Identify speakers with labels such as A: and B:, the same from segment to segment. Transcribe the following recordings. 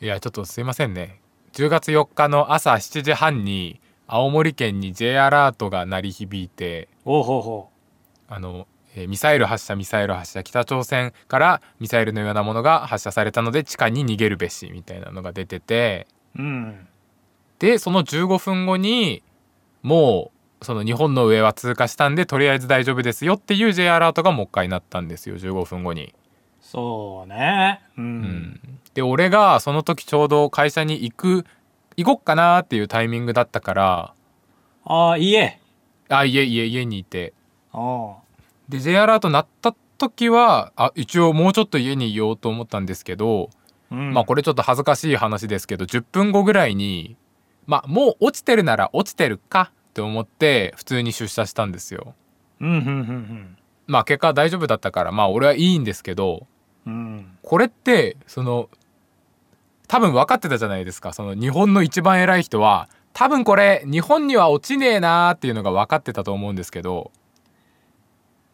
A: いやちょっとすいませんね10月4日の朝7時半に青森県に J アラートが鳴り響いて
B: おうほうほ
A: あの、えーミサイル発射ミサイル発射北朝鮮からミサイルのようなものが発射されたので地下に逃げるべしみたいなのが出てて
B: ううん
A: でその15分後にもうその日本の上は通過したんでとりあえず大丈夫ですよっていう J アラートがもう一回なったんですよ15分後に。
B: そうねうん、
A: で俺がその時ちょうど会社に行く行こっかなーっていうタイミングだったから
B: ああ家
A: あいえいえ家にいて
B: おう
A: で J アラート鳴った時はあ一応もうちょっと家にいようと思ったんですけど、
B: うん
A: まあこれちょっと恥ずかしい話ですけど10分後ぐらいにまあもう落ちてるなら落ちてるかって思って普通に出社したんですよ。
B: うんうんうん
A: まあ結果大丈夫だったからまあ俺はいいんですけど
B: うんうん
A: これってその多分分かってたじゃないですかその日本の一番偉い人は多分これ日本には落ちねえなーっていうのが分かってたと思うんですけど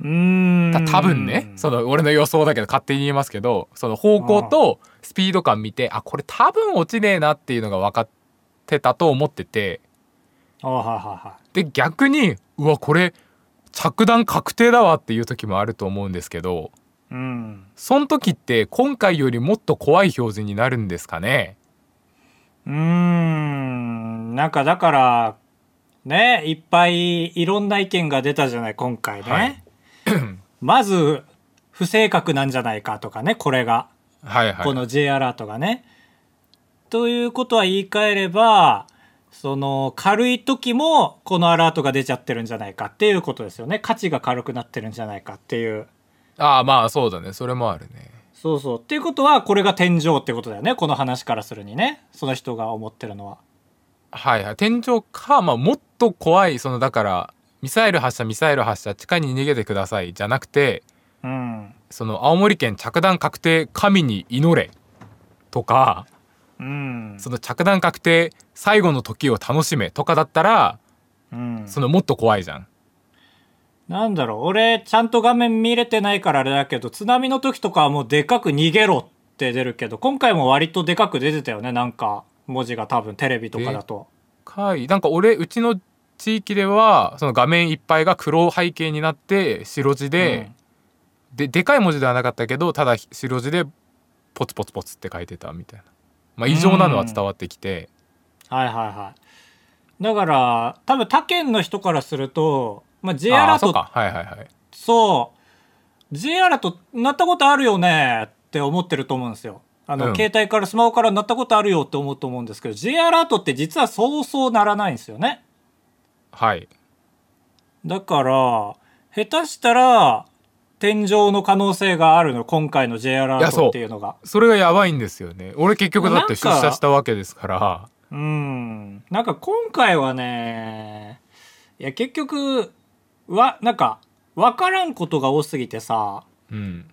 B: うーん
A: た多分ねその俺の予想だけど勝手に言いますけどその方向とスピード感見てあこれ多分落ちねえなっていうのが分かってたと思ってて
B: あはいはいは
A: で逆にうわこれ着弾確定だわっていう時もあると思うんですけど
B: いうん
A: その時って今回よりもっと怖い表示になるんですかね
B: うーんなんかだからねいっぱいいろんな意見が出たじゃない今回ね、
A: はい
B: まず不正確なんじゃないかとかねこれが
A: はいはい
B: この J アラートがね。ということは言い換えればその軽い時もこのアラートが出ちゃってるんじゃないかっていうことですよね価値が軽くなってるんじゃないかっていう。
A: ああまあそうだねそれもあるね
B: そうそうっていうことはこれが天井ってことだよねこの話からするにねその人が思ってるのは。
A: はいはい天井か、まあ、もっと怖いそのだからミサイル発射ミサイル発射地下に逃げてくださいじゃなくて
B: うん、
A: その青森県着弾確定神に祈れとか
B: うん
A: その着弾確定最後の時を楽しめとかだったら
B: うん、
A: そのもっと怖いじゃん
B: なんだろう俺ちゃんと画面見れてないからあれだけど津波の時とかはもうでかく逃げろって出るけど今回も割とでかく出てたよねなんか文字が多分テレビとかだと
A: かいなんか俺うちの地域ではその画面いっぱいが黒背景になって白地で、ででかい文字ではなかったけどただ白字でポツポツポツって書いてたみたいな、まあ、異常なのは伝わってきて、
B: はいはいはいだから多分他県の人からすると、まあ、J ア
A: あ
B: ラ
A: あ
B: ー
A: そう
B: ト
A: かはいはいはい
B: そう J アラート鳴ったことあるよねって思ってると思うんですよあの、
A: うん
B: 携帯からスマホから鳴ったことあるよって思うと思うんですけど J アラートって実はそうそうならないんですよね
A: はい
B: だから下手したら天井の可能性があるの今回の J アラ
A: いや
B: ー
A: そう
B: トっていうのが
A: それがやばいんですよね俺結局だって出
B: なん
A: 社
B: か
A: したわけですから
B: うんなんか今回はねいや結局わなんか分からんことが多すぎてさ
A: うん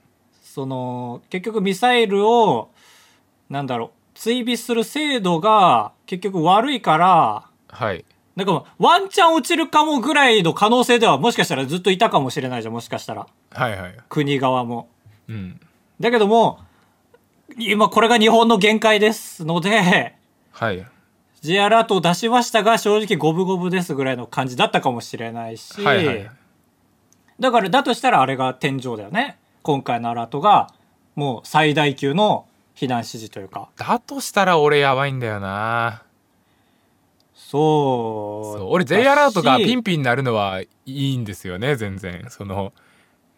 B: その結局ミサイルをなんだろう追尾する精度が結局悪いから
A: はい
B: なんかもうワンチャン落ちるかもぐらいの可能性ではもしかしたらずっといたかもしれないじゃんもしかしたら
A: はいはい
B: 国側も。
A: うん
B: だけども今これが日本の限界ですので
A: はい
B: J アラートを出しましたが正直五分五分ですぐらいの感じだったかもしれないし、
A: はいはい
B: だからだとしたらあれが天井だよね今回のアラートがもう最大級の避難指示というか
A: だとしたら俺やばいんだよな
B: そう
A: そう俺 J アラートがピン
B: ピ
A: ピンになるのはいいんですよね全然その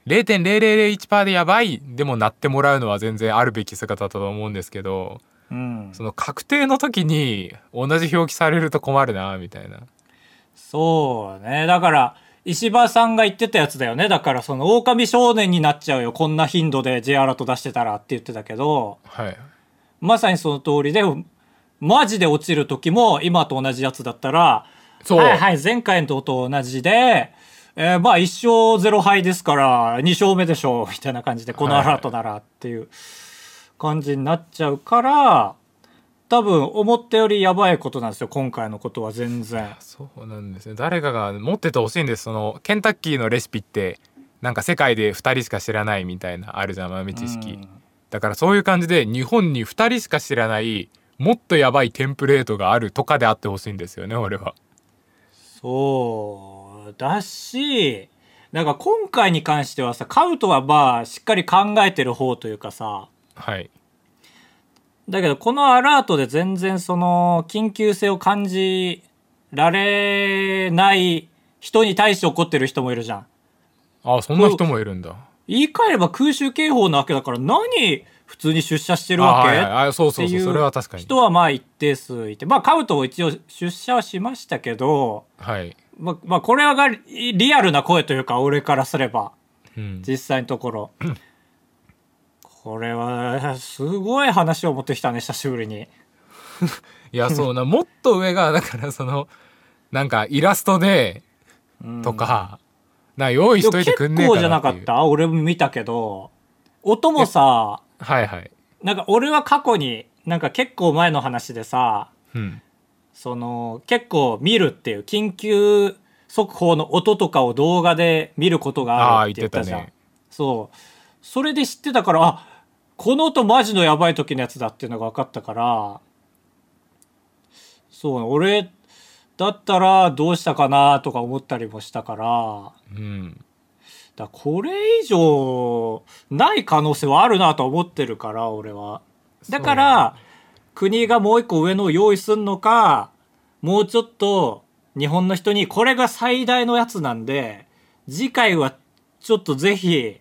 A: 0.0001%でやばいでもなってもらうのは全然あるべき姿だと思うんですけど
B: うん
A: その確定の時に同じ表記されると困るなみたいな
B: そうねだから石破さんが言ってたやつだよねだからその狼少年になっちゃうよこんな頻度で J アラート出してたらって言ってたけど
A: はい
B: まさにその通りでマジで落ちる時も今と同じやつだったら
A: そう、
B: はいはい前回のと同じで、えーまあ1勝0敗ですから2勝目でしょうみ たいな感じでこのアラートならっていう感じになっちゃうから多分思ったよりやばいことなんですよ今回のことは全然。
A: そうなんですね誰かが持っててほしいんですそのケンタッキーのレシピってなんか世界で2人しか知らないみたいなあるじゃん豆知識、
B: うん
A: だからそういう感じで日本に2人しか知らないもっとやばいテンプレートがあるとかであってほしいんですよね俺は。
B: そうだしなんか今回に関してはさカウトはまあしっかり考えてる方というかさ
A: はい
B: だけどこのアラートで全然その緊急性を感じられない人に対して怒ってる人もいるじゃん。
A: あそんな人もいるんだ。
B: 言い換えれば空襲警報なわけだから何普通に出社してるわ
A: あ
B: け、
A: はいはいあそう
B: って
A: そうそ
B: いうう
A: それは確かに。
B: 人はまあ一定数いてまあカウトも一応出社はしましたけど、
A: はい。
B: まあ、まあこれがリアルな声というか俺からすれば
A: うん、
B: 実際のと ころこれはすごい話を持ってきたね久しぶりに
A: いやそうなもっと上がだからそのなんかイラストでとか、なんか用意しといてくんねえ
B: 結構
A: か
B: じゃ
A: な
B: な
A: って
B: か
A: いう
B: った俺も見たけど音もさ
A: はいはい。
B: なんか俺は過去になんか結構前の話でさ
A: うん。
B: その結構見るっていう緊急速報の音とかを動画で見ることがあるって言ったじゃん
A: あー言って
B: そうそれで知ってたからあこの音マジのやばい時のやつだっていうのが分かったからそう俺だったらどうしたかなとか思ったりもしたから
A: うん。
B: だからこれ以上ない可能性はあるなと思ってるから俺はだから国がもう一個上のを用意すんのかもうちょっと日本の人にこれが最大のやつなんで次回はちょっとぜひ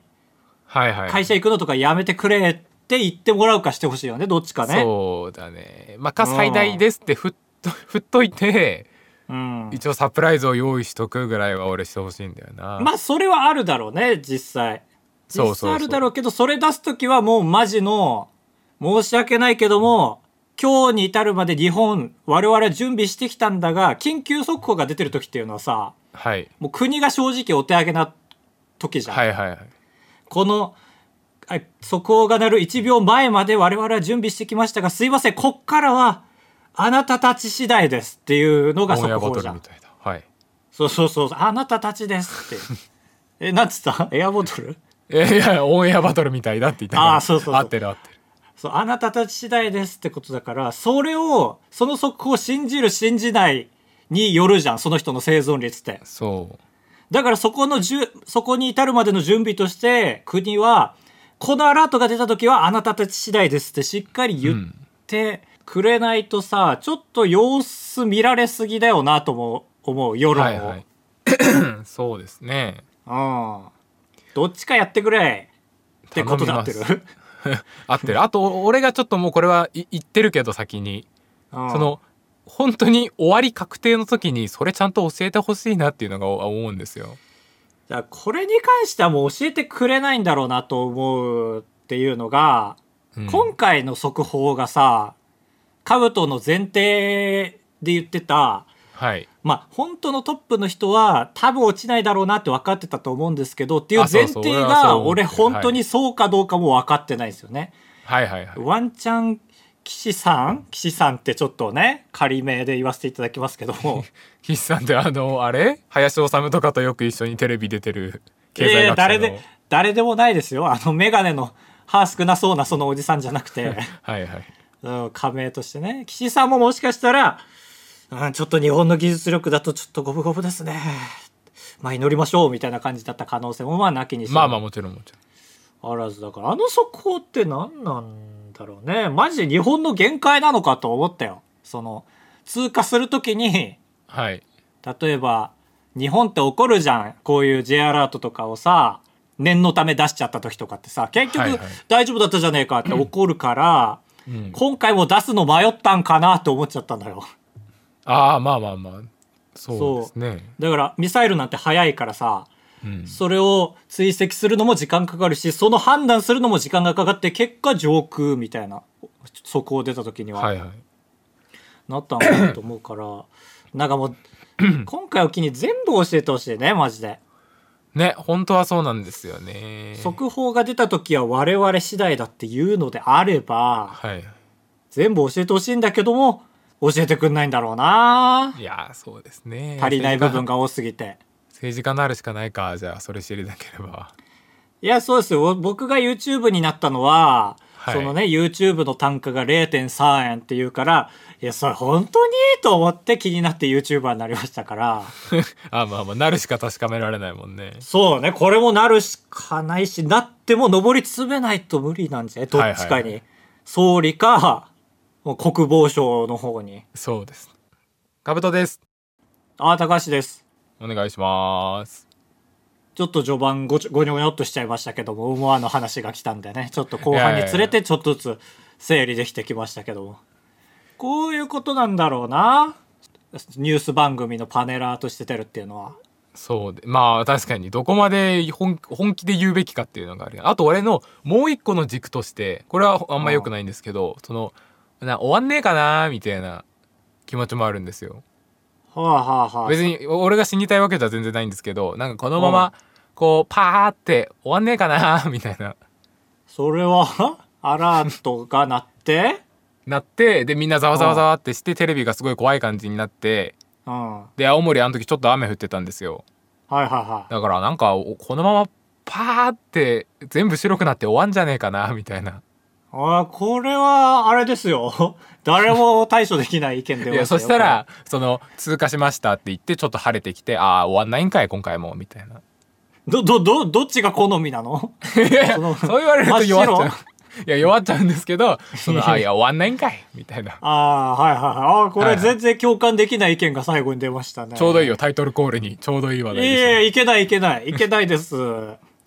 A: はいはい。
B: 会社行くのとかやめてくれって言ってもらうかしてほしいよねどっちかね
A: そうだね。まあ、か最大ですって振っと 振っといて
B: うん、
A: 一応サプライズを用意しとくぐらいは俺してほしいんだよな。
B: まあそれはあるだろうね実際
A: そうそう
B: 実
A: そう
B: 際あるだろうけどそれ出す時はもうマジの申し訳ないけども今日に至るまで日本我々は準備してきたんだが緊急速報が出てる時っていうのはさ
A: はい
B: もう国が正直お手上げな時じゃん、
A: はいはいはい。
B: このあ速報が鳴る1秒前まで我々は準備してきましたがすいませんこっからはあなたたち次第ですっていうのが
A: オンエ
B: 速
A: アバ
B: 報
A: ト
B: じ
A: ル
B: ゃん
A: みたいな。はい。
B: そうそうそうそうあなたたちですって えなんつったエアボトル
A: えいやオンエアバトルみたいだって言ったから
B: あーそうそうそう
A: 合ってる合ってる。
B: そうあなたたち次第ですってことだからそれをその速報を信じる信じないによるじゃんその人の生存率って
A: そう。
B: だからそこのじゅそこに至るまでの準備として国はこのアラートが出た時はあなたたち次第ですってしっかり言ってくれないとさ、ちょっと様子見られすぎだよなとも思う世論を、
A: はいはい。 そうですね。
B: うん、どっちかやってくれってことで合ってる
A: 頼み合ってる。あとお俺がちょっともうこれはい言ってるけど先に
B: うん
A: その本当に終わり確定の時にそれちゃんと教えてほしいなっていうのがお思うんですよ。
B: だからこれに関してはもう教えてくれないんだろうなと思うっていうのが、
A: うん
B: 今回の速報がさ兜の前提で言ってた
A: はい。
B: まあ本当のトップの人は多分落ちないだろうなって分かってたと思うんですけどっていう
A: あそう
B: 前
A: そう
B: 提
A: 俺はそう
B: が
A: 思って
B: 俺
A: る
B: 本当にそうかどうかも分かってないんですよね。
A: はいはいはい。
B: ワンチャン岸さん岸さんってちょっとね仮名で言わせていただきますけど も。
A: 岸さんってあのあれ林修とかとよく一緒にテレビ出てる経
B: え
A: 済学
B: え
A: 者の、
B: 誰で誰でもないですよあの眼鏡の歯少なそうなそのおじさんじゃな くて、
A: はいはい
B: うん、仮名としてね岸さんももしかしたら、うん、ちょっと日本の技術力だとちょっと五分五分ですねまあ祈りましょうみたいな感じだった可能性もまあなきにし
A: まあまあ
B: も
A: もちろんもちろん
B: あらずだからあの速報って何なんだろうねマジで日本の限界なのかと思ったよその通過するときに
A: はい
B: 例えば日本って怒るじゃんこういう J アラートとかをさ念のため出しちゃった時とかってさ結
A: はい
B: 局
A: はい
B: 大丈夫だったじゃねえか って怒るか
A: う
B: ら、
A: ん
B: 今回も出すの迷ったんかなって思っちゃったんだよ
A: ああまあまあまあそうですね
B: だからミサイルなんて早いからさ
A: うん
B: それを追跡するのも時間かかるしその判断するのも時間がかかって結果上空みたいな速報出た時には、
A: はいはい
B: なったんかなと思うから なんかも う今回を機に全部教えてほしいねマジで。
A: ね本当はそうなんですよね
B: 速報が出た時は我々次第だっていうのであれば
A: はい
B: 全部教えてほしいんだけども教えてくんないんだろうない
A: やーそうですね
B: 足りない部分
A: が
B: が多すぎて
A: 政治家のあるしかないかじゃあそれ知りなければ
B: いやそうですよ僕が YouTube になったの
A: はい
B: は、そのね YouTube の単価が0.3円っていうからいやそれ本当にと思って気になって YouTuber になりましたから
A: あまあまあなるしか確かめられないもんね
B: そうねこれもなるしかないしなっても上り詰めないと無理なんじゃないどっちかに、
A: はいはいは
B: 総理かもう国防省の方に
A: そうですかぶとです
B: ああ高橋です
A: お願いします
B: ちょっと序盤ごちょごにょごにょっとしちゃいましたけども思わぬ話が来たんでねちょっと後半につれてちょっとずつ整理できてきましたけどもこういうことなんだろうなニュース番組のパネラーとして出るっていうのは
A: そうでまあ確かにどこまで本本気で言うべきかっていうのがあるあと俺のもう一個の軸としてこれはあんま良くないんですけどそのな終わんねえかなみたいな気持ちもあるんですよ
B: はあはあはあ
A: 別に俺が死にたいわけじゃ全然ないんですけどなんかこのままこうパーって終わんねえかなみたいな
B: それはアラートが鳴って
A: なってでみんなざわざわざわってしてテレビがすごい怖い感じになって
B: うんはい
A: で青森あの時ちょっと雨降ってたんですよ
B: はいはい
A: だからなんかおこのままパーって全部白くなって終わんじゃねえかなみたいな
B: あーこれはあれですよ誰も対処できない意見で
A: いやそしたらその通過しましたって言ってちょっと晴れてきてああ終わんないんかい今回もみたいな
B: どどどどっちが好みなの
A: いやいや
B: そ の
A: そう言われると弱っち
B: 真
A: ゃ
B: っ
A: ういや弱っちゃうんですけどそ のあーいや終わんないんかいみたいな
B: ああーはいはいはいあーこ
A: は
B: れ
A: いはい
B: 全然共感できない意見が最後に出ましたね
A: ちょうどいいよタイトルコールにちょうどいい話題
B: い
A: で
B: え
A: し
B: い
A: た
B: えいけないい けないいけないです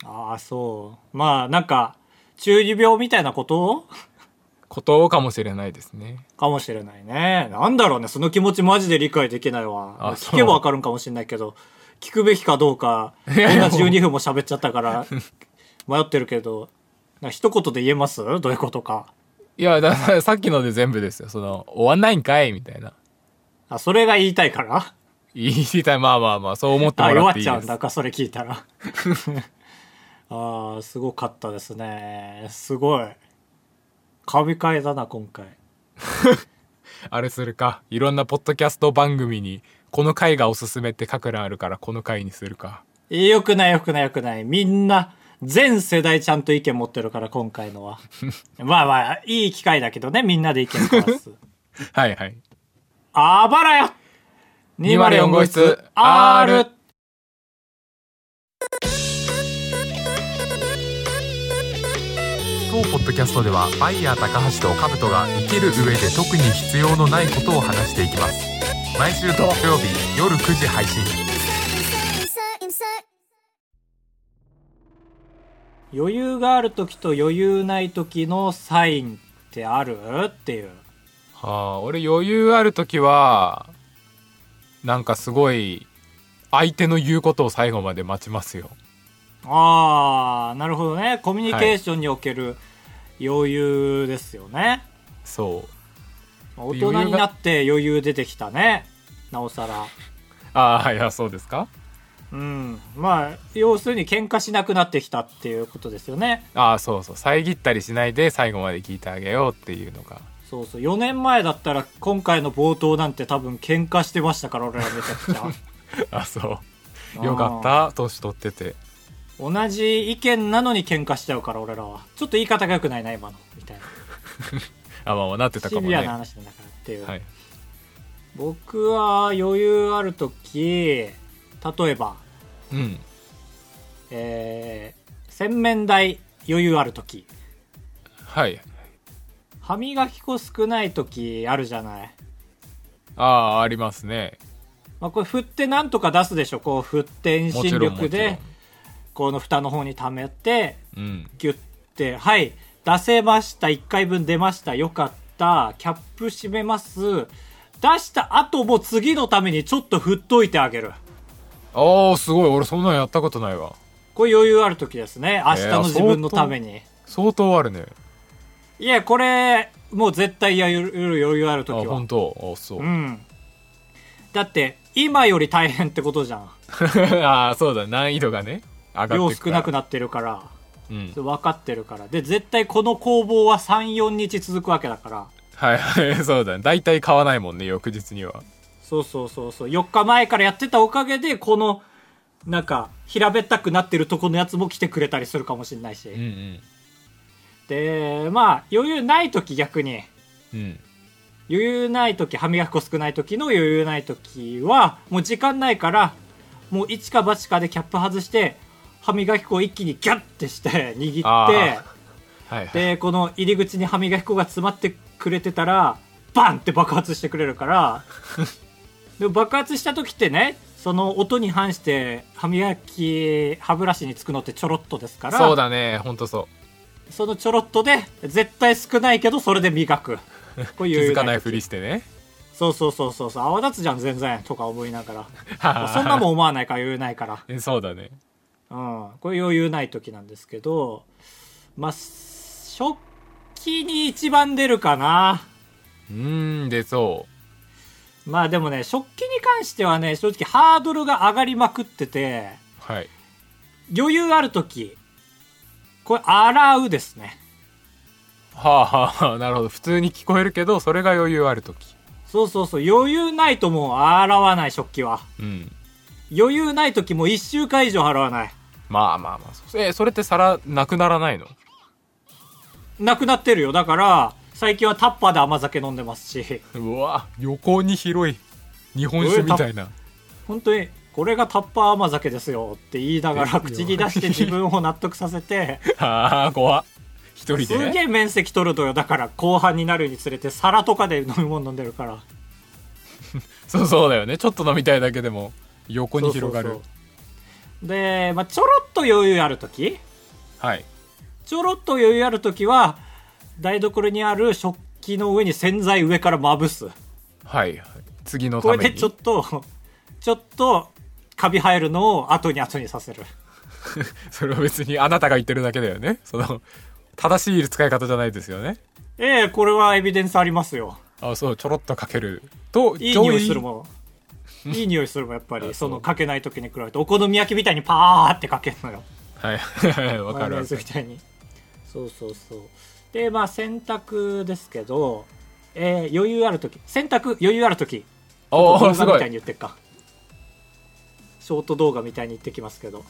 B: ああそうまあなんか中二病みたいなこと
A: ことかもしれないですね
B: かもしれないねなんだろうねその気持ちマジで理解できないわ
A: あ
B: 聞けば
A: そう
B: わかるんかもしれないけど聞くべきかどうかこ
A: い
B: ん
A: やい
B: な
A: や
B: 12分も喋っちゃったから 迷ってるけどな一言で言えますどういうことか
A: いやだからさっきので全部ですよその終わんないんかいみたいな
B: あそれが言いたいから
A: 言いたいまあまあまあそう思って
B: あ
A: もらっ
B: 弱
A: て
B: っ
A: いい
B: ちゃ
A: で
B: うん
A: す
B: だかそれ聞い たらああすごかったですねすごい神回だな今回
A: あれするかいろんなポッドキャスト番組にこの回がおすすめって書く欄あるからこの回にするか
B: えよくないよくないよくないみんな全世代ちゃんと意見持ってるから今 回のはまあまあいい機会だけどねみんなで意見交わす
A: はいはい
B: あばらや
A: 204号室
B: R
A: 当ポッドキャストではバイヤー高橋とカブトが生きる上で特に必要のないことを話していきます毎週土曜日夜9時配信
C: insert, insert.
B: 余裕がある時と余裕ない時のサインってあるっていう
A: はあ俺余裕ある時はなんかすごい相手の言うことを最後まで待ちますよ
B: ああなるほどねコミュニケーションにおける余裕ですよね、
A: そう
B: 大人になって余裕出てきたねなおさら
A: ああいやそうですか
B: うんまあ要するに喧嘩しなくなってきたっていうことですよね
A: ああそうそう遮ったりしないで最後まで聞いてあげようっていうのが
B: そうそう4年前だったら今回の冒頭なんて多分喧嘩してましたから俺らめちゃくちゃ
A: あそう よかった年取ってて
B: 同じ意見なのに喧嘩しちゃうから俺らはちょっと言い方が良くないな今のみたいな
A: あまあまあなってたか
B: シ
A: も
B: ビ
A: ね
B: アな話なんだからっていう、
A: はい
B: 僕は余裕ある時例えば
A: うん
B: えー洗面台余裕ある時
A: はい
B: 歯磨き粉少ない時あるじゃない、
A: ああありますね
B: まあ、これ振ってなんとか出すでしょこう振って遠
A: もち
B: 心
A: ろんも
B: 力
A: ちろ
B: で
A: ん
B: この蓋の方に溜めて
A: うん
B: ギュッてはい出せました1回分出ましたよかったキャップ閉めます出した後も次のためにちょっと振っといてあげる
A: ああすごい俺そんなんやったことないわ
B: これ余裕ある時ですね明日の自分のために、
A: 相当あるね
B: いやこれもう絶対やる余裕ある
A: あ
B: 時は
A: 本当あそうう
B: んだって今より大変ってことじゃん
A: ああそうだ難易度がね上が
B: 量
A: ってく
B: 少
A: から
B: なくなってるから
A: うん
B: 分かってるからで絶対この攻防は34日続くわけだから
A: はいはいそうだね大体買わないもんね翌日には
B: そうそうそうそう4日前からやってたおかげでこのなんか平べったくなってるとこのやつも来てくれたりするかもしれないし、
A: うんうん
B: でまあ余裕ない時逆に
A: うん
B: 余裕ない時歯磨き粉少ない時の余裕ない時はもう時間ないからもう一か八かでキャップ外して歯磨き粉を一気にギャッて して握
A: あ
B: っ
A: ー
B: て
A: はいはい
B: でこの入り口に歯磨き粉が詰まってくれてたらバンって爆発してくれるから でも爆発した時ってねその音に反して歯磨き歯ブラシにつくのってちょろっとですから
A: そうだねほんとそ
B: そのちょろっとで絶対少ないけどそれで磨 くこう
A: う気
B: いう
A: づかないふりしてね
B: そうそうそうそうそう泡立つじゃん全然とか思いながら そんな
A: は
B: もん思わないから余裕ないから
A: はそうだね
B: うんこれ余裕ない時なんですけどまあ食器に一番出るかな
A: うーんでそ
B: まあでもね食器に関してはね正直ハードルが上がりまくってて
A: うはい
B: 余裕ある時これ洗うですね
A: はあはあなるほど普通に聞こえるけどそれが余裕ある時
B: そうそうそう余裕ないともう洗わない食器は
A: うん
B: 余裕ない時も1週間以上洗わない
A: まあまあまあそうえそれって皿なくならないの
B: なくなってるよだから最近はタッパーで甘酒飲んでますし
A: うわ横に広い日本酒みたいな
B: 本当にこれがタッパー甘酒ですよって言いながら
A: です
B: 口
A: よ
B: に出して自分を納得させて
A: ああ怖っ一
B: す
A: 人
B: げ
A: で
B: え面積取るとよだから後半になるにつれて皿とかで飲み物飲んでるから
A: そうそうだよねちょっと飲みたいだけでも横に広がる
B: そうそうそうで、まあ、ちょろっと余裕ある時
A: はい
B: ちょろっと余裕ある時は台所にある食器の上に洗剤上からまぶす
A: はいはい次のた
B: こ
A: め
B: れ
A: に
B: でちょっとちょっとカビ生えるのを後に後にさせる
A: それは別にあなたが言ってるだけだよねその正しい使い方じゃないですよね
B: ええこれはエビデンスありますよ
A: あそうちょろっとかけると
B: いい
A: 上
B: 匂
A: 位
B: いするもんいい匂いするもんやっぱりそのかけない時に比べてお好み焼きみたいにパーってかけるのよ
A: はい はいわか
B: マヨ
A: る
B: ネ
A: わ
B: ーズ
A: か
B: み
A: る
B: たいにそうそうそうでまあ洗濯ですけど、えー、余裕ある時洗濯余裕ある時
A: お
B: 動
A: おす
B: 画み
A: ご
B: たいに
A: い
B: 言ってっかショート動画みたいに言ってきますけど、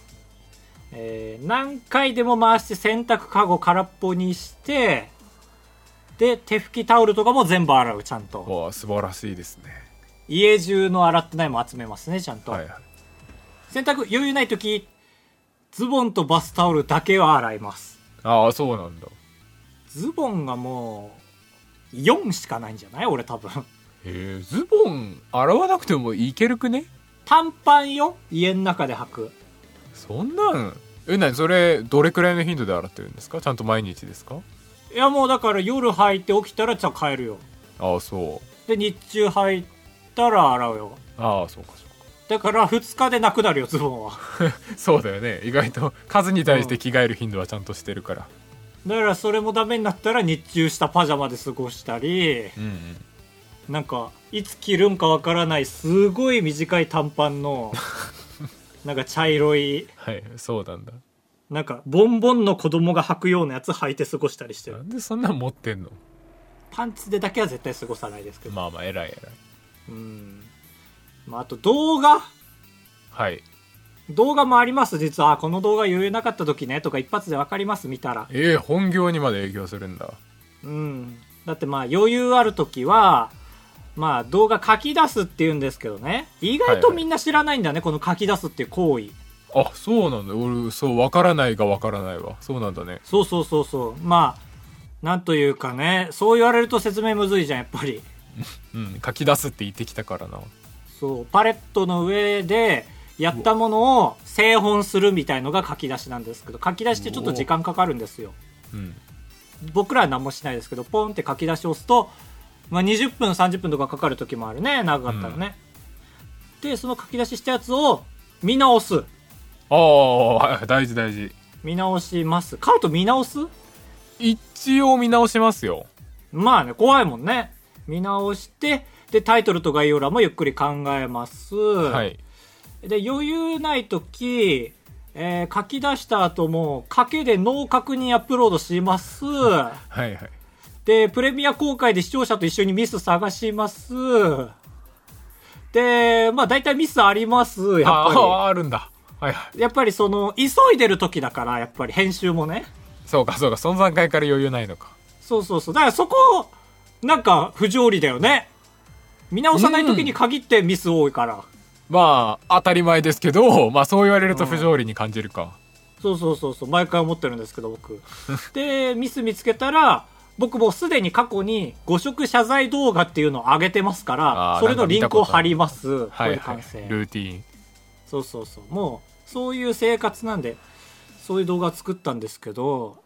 B: えー何回でも回して洗濯かご空っぽにしてで手拭きタオルとかも全部洗うちゃんと
A: おー素晴らしいですね
B: 家中の洗ってないも集めますねちゃんと、
A: はいはい
B: 洗濯余裕ない時ズボンとバスタオルだけは洗います
A: ああそうなんだ
B: ズボンがもう4しかないんじゃない俺多分
A: えー、ズボン洗わなくてもいけるくね
B: 短パンよ家の中で履く
A: そんなんえなにそれどれくらいの頻度で洗ってるんですかちゃんと毎日ですか
B: いやもうだから夜履いて起きたらじゃあ帰るよ
A: ああそう
B: で日中履いたら洗うよ
A: ああそうかそうか
B: だから2日でなくなるよズボンは
A: そうだよね意外と数に対して着替える頻度はちゃんとしてるから
B: だからそれもダメになったら日中したパジャマで過ごしたり
A: うん、うん、
B: なんかいつ着るんかわからないすごい短い短パン のなんか茶色い
A: はいそうなんだ
B: なんかボンボンの子供が履くようなやつ履いて過ごしたりして
A: な
B: る
A: んでそんなん持ってんの
B: パンツでだけは絶対過ごさないですけど、
A: まあまあ偉い偉い
B: うん、まあ、あと動画
A: はい
B: 動画もあります実はあこの動画余裕なかった時ねとか一発で分かります見たら
A: えー、本業にまで影響するんだ
B: うんだってまあ余裕ある時はまあ動画書き出すっていうんですけどね意外とみんな知らないんだね、この書き出すっていう行為
A: あそうなんだ俺そうわからないがわからないわそうなんだね
B: そうそうそうそうまあなんというかねそう言われると説明むずいじゃんやっぱり
A: うん書き出すって言ってきたからな
B: そうパレットの上でやったものを製本するみたいのが書き出しなんですけど書き出しってちょっと時間かかるんですよ
A: うん
B: 僕らは何もしないですけどポンって書き出しを押すと、まあ、20分30分とかかかる時もあるね長かったらね、でその書き出ししたやつを見直す
A: ああはい大事大事
B: 見直しますカート見直す
A: 一応見直しますよ
B: まあね怖いもんね見直してでタイトルと概要欄もゆっくり考えます、
A: は
B: はいで余裕ない時、えー書き出した後も賭けでノー確認アップロードします
A: はいはい
B: でプレミア公開で視聴者と一緒にミス探しますでまあ大体ミスありますやっ
A: あ
B: ぱ
A: ああるんだはいはい
B: りやっぱりその急いでる時だからやっぱり編集もね
A: そうかそうかその段階から余裕ないのか
B: そうそうそうだからそこなんか不条理だよね見直さない時に限ってミス多いから、
A: まあ当たり前ですけど、まあ、そう言われると不条理に感じるか、
B: そうそうそうそう毎回思ってるんですけど 僕でミス見つけたら僕もうすでに過去に誤食謝罪動画っていうのを上げてますから
A: あー
B: それのリン
A: な
B: クを
A: んか見たことあ
B: 貼
A: る
B: りますこう
A: はいいうはい
B: 完成、
A: ルーティーン
B: そうそうそうもうそういう生活なんでそういう動画作ったんですけど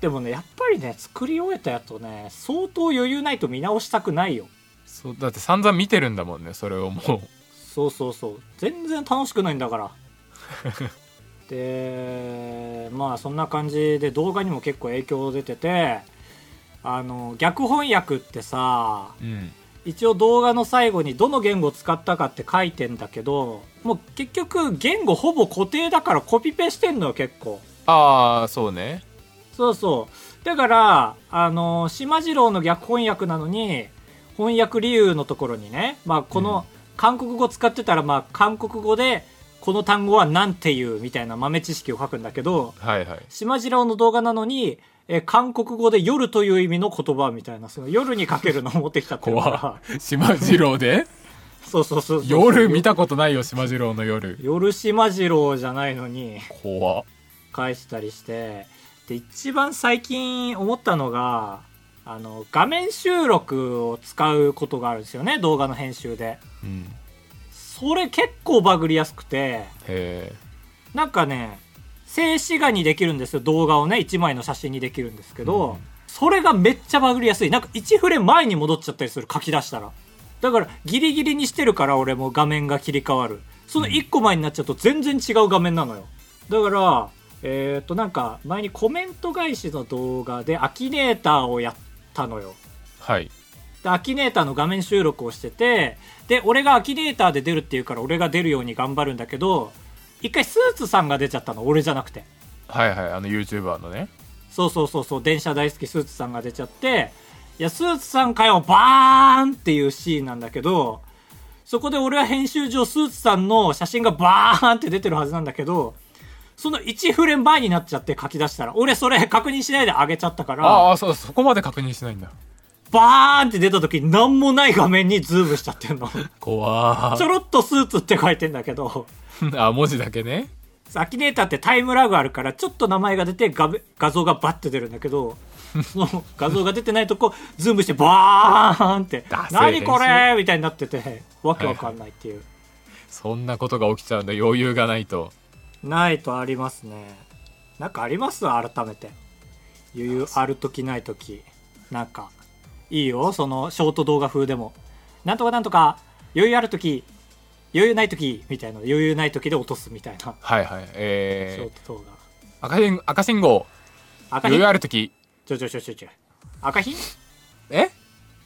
B: でもねやっぱりね作り終えたやとね相当余裕ないと見直したくないよ
A: そうだって散々見てるんだもんねそれをもう
B: そうそうそう全然楽しくないんだからでまあそんな感じで動画にも結構影響出ててあの逆翻訳ってさ
A: うん
B: 一応動画の最後にどの言語を使ったかって書いてんだけどもう結局言語ほぼ固定だからコピペしてんのよ結構
A: ああそうね
B: そうそうだからあの島次郎の逆翻訳なのに翻訳理由のところにね、まあ、この韓国語使ってたら、まあ、韓国語でこの単語はなんていうみたいな豆知識を書くんだけど
A: はいはい
B: 島次郎の動画なのにえ韓国語で夜という意味の言葉みたいなその夜にかけるのを持ってきたっていうから
A: 怖島次郎で
B: そうそうそうそう
A: 夜見たことないよ島次郎の夜
B: 夜島次郎じゃないのに
A: 怖っ
B: 返したりしてで一番最近思ったのがあの画面収録を使うことがあるんですよね動画の編集で
A: うん
B: それ結構バグりやすくて
A: へえ
B: なんかね静止画にできるんですよ動画をね1枚の写真にできるんですけど、
A: うん
B: それがめっちゃバグりやすいなんか1フレーム前に戻っちゃったりする書き出したらだからギリギリにしてるから俺も画面が切り替わるその1個前になっちゃうと全然違う画面なのよだからえっ、となんか前にコメント返しの動画でアキネーターをやったのよ
A: はい
B: でアキネーターの画面収録をしててで俺がアキネーターで出るっていうから俺が出るように頑張るんだけど一回スーツさんが出ちゃったの俺じゃなくて
A: はいはいあの YouTuber のね
B: そうそうそうそう電車大好きスーツさんが出ちゃっていやスーツさんかよバーンっていうシーンなんだけどそこで俺は編集上スーツさんの写真がバーンって出てるはずなんだけどその1フレーム前になっちゃって書き出したら俺それ確認しないで上げちゃったから
A: ああそうそこまで確認しないんだ
B: バーンって出た時何もない画面にズームしちゃってんの
A: 怖
B: ちょ
A: ー
B: ろっとスーツって書いてんだけど
A: あ文字だけね
B: アキネーターってタイムラグあるからちょっと名前が出て画面画像がバッて出るんだけどその画像が出てないとこズームしてバーンって
A: ダ
B: 「
A: セー
B: 何
A: です
B: これ!」みたいになっててわけわかんないっていう、
A: そんなことが起きちゃうんだ余裕がないと
B: ないとありますねなんかあります改めて余裕ある時ない時なんかいいよそのショート動画風でもなんとかなんとか余裕ある時余裕ない時みたいな余裕ない時で落とすみたいな
A: はいはい
B: ショー
A: え
B: ト動画、
A: ー、赤信赤信号
B: 赤
A: 余
B: ひ
A: 裕ある時
B: ちょちょちょちょちょ赤ひ
A: え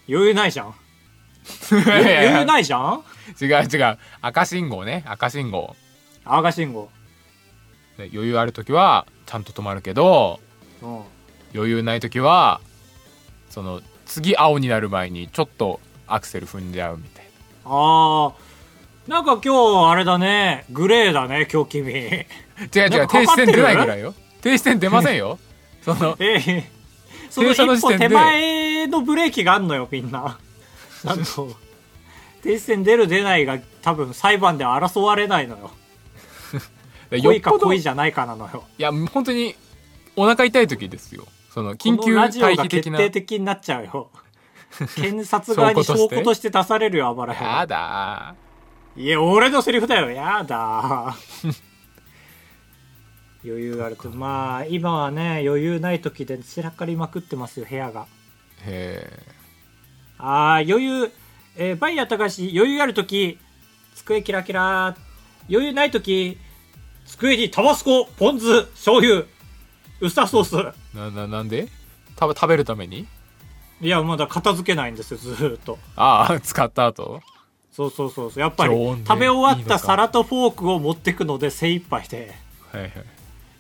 B: 余裕ないじゃん
A: いやいやいや
B: 余裕ないじゃん
A: 違う違う赤信号ね赤信号
B: 赤信号
A: で余裕ある時はちゃんと止まるけど
B: うん
A: 余裕ない時はその次青になる前にちょっとアクセル踏んじゃうみたいな
B: あーなんか今日あれだねグレーだね今日君 え
A: 違う違
B: な
A: うん
B: か
A: 停止
B: かかっ
A: 線
B: てる
A: 出ないぐらいよ停止線出ません よその
B: ーその
A: 停車の
B: 一
A: 時
B: 歩
A: 点で
B: 手前のブレーキがあんのよみん なあの停止線出る出ないが多分裁判では争われないのよ
A: よっ
B: 恋か
A: ぽど
B: 恋
A: い
B: じゃないかなのよ
A: や本当にお腹痛い時ですよその緊
B: この
A: 急
B: ラジオ
A: 待
B: が
A: 機的
B: 決
A: な
B: 定的になっちゃう よ検察側に
A: 証拠とし
B: 証
A: て
B: 拠として出されるよ あばらや
A: やだ
B: いや、俺のセリフだよ。やだ。 余裕があると。まあ、今はね、余裕ない時で散らかりまくってますよ、部屋が。
A: ーへえ
B: ああ、余裕、えーバイヤー高橋、余裕ある時、机キラキラ。余裕ない時、机にタバスコ、ポン酢、醤油、ウスターソース。
A: なななんでた食べるために
B: いや、まだ片付けないんですよ、ずーっと。
A: ああ 使った後
B: そうそうそうそう。やっぱり、
A: 常温で
B: 食べ終わっ
A: いいの
B: た
A: か
B: 皿とフォークを持ってくので精一杯で。
A: はいはい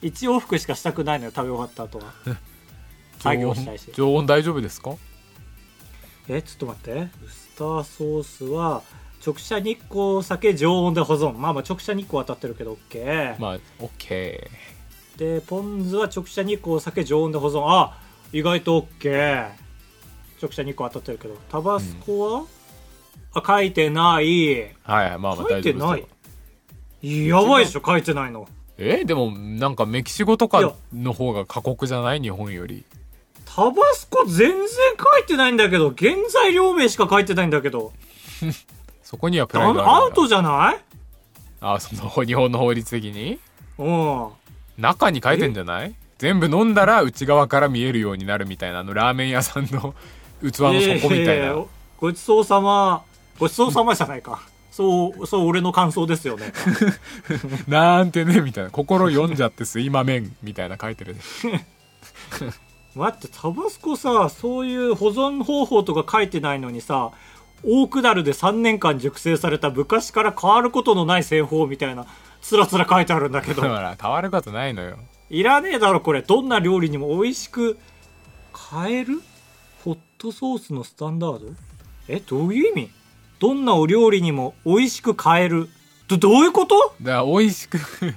B: 一往復しかしたくないのよ食べ終わった後は作業したいし
A: 常温常温大丈夫ですか
B: えちょっと待ってウスターソースは直射日光酒常温で保存まあまあ直射日光当たってるけど OK、
A: まあ OK
B: でポン酢は直射日光を避け常温で保存あ意外と OK 直射日光当たってるけどタバスコは、あ書いて
A: は
B: ない
A: いはいまあまあ
B: 書い
A: 大丈
B: て
A: 夫ですよ
B: ないやばいでしょ書いてないの
A: えでもなんかメキシコとかの方が過酷じゃない日本より
B: タバスコ全然書いてないんだけど原材料名しか書いてないんだけど
A: そこにはプ
B: あ
A: ライド
B: ア
A: ある
B: ウトじゃない
A: ああその 日本の法律的に
B: うん
A: 中に書いてんじゃない全部飲んだら内側から見えるようになるみたいなあのラーメン屋さんの 器の底みたい
B: やや
A: な
B: やごちそうさまごちそうさまじゃないかそうそう俺の感想ですよ ね
A: なんてねみたいな心読んじゃってすいまめんみたいな書いてる
B: 待ってタバスコさそういう保存方法とか書いてないのにさ大下るで3年間熟成された昔から変わることのない製法みたいなつらつら書いてあるんだけ
A: だ
B: ど
A: から変わることないのよ
B: いらねえだろこれどんな料理にも美味しく変えるホットソースのスタンダードえどういう意味どんなお料理にも美味しく変えるどどういうこと
A: だから美味しく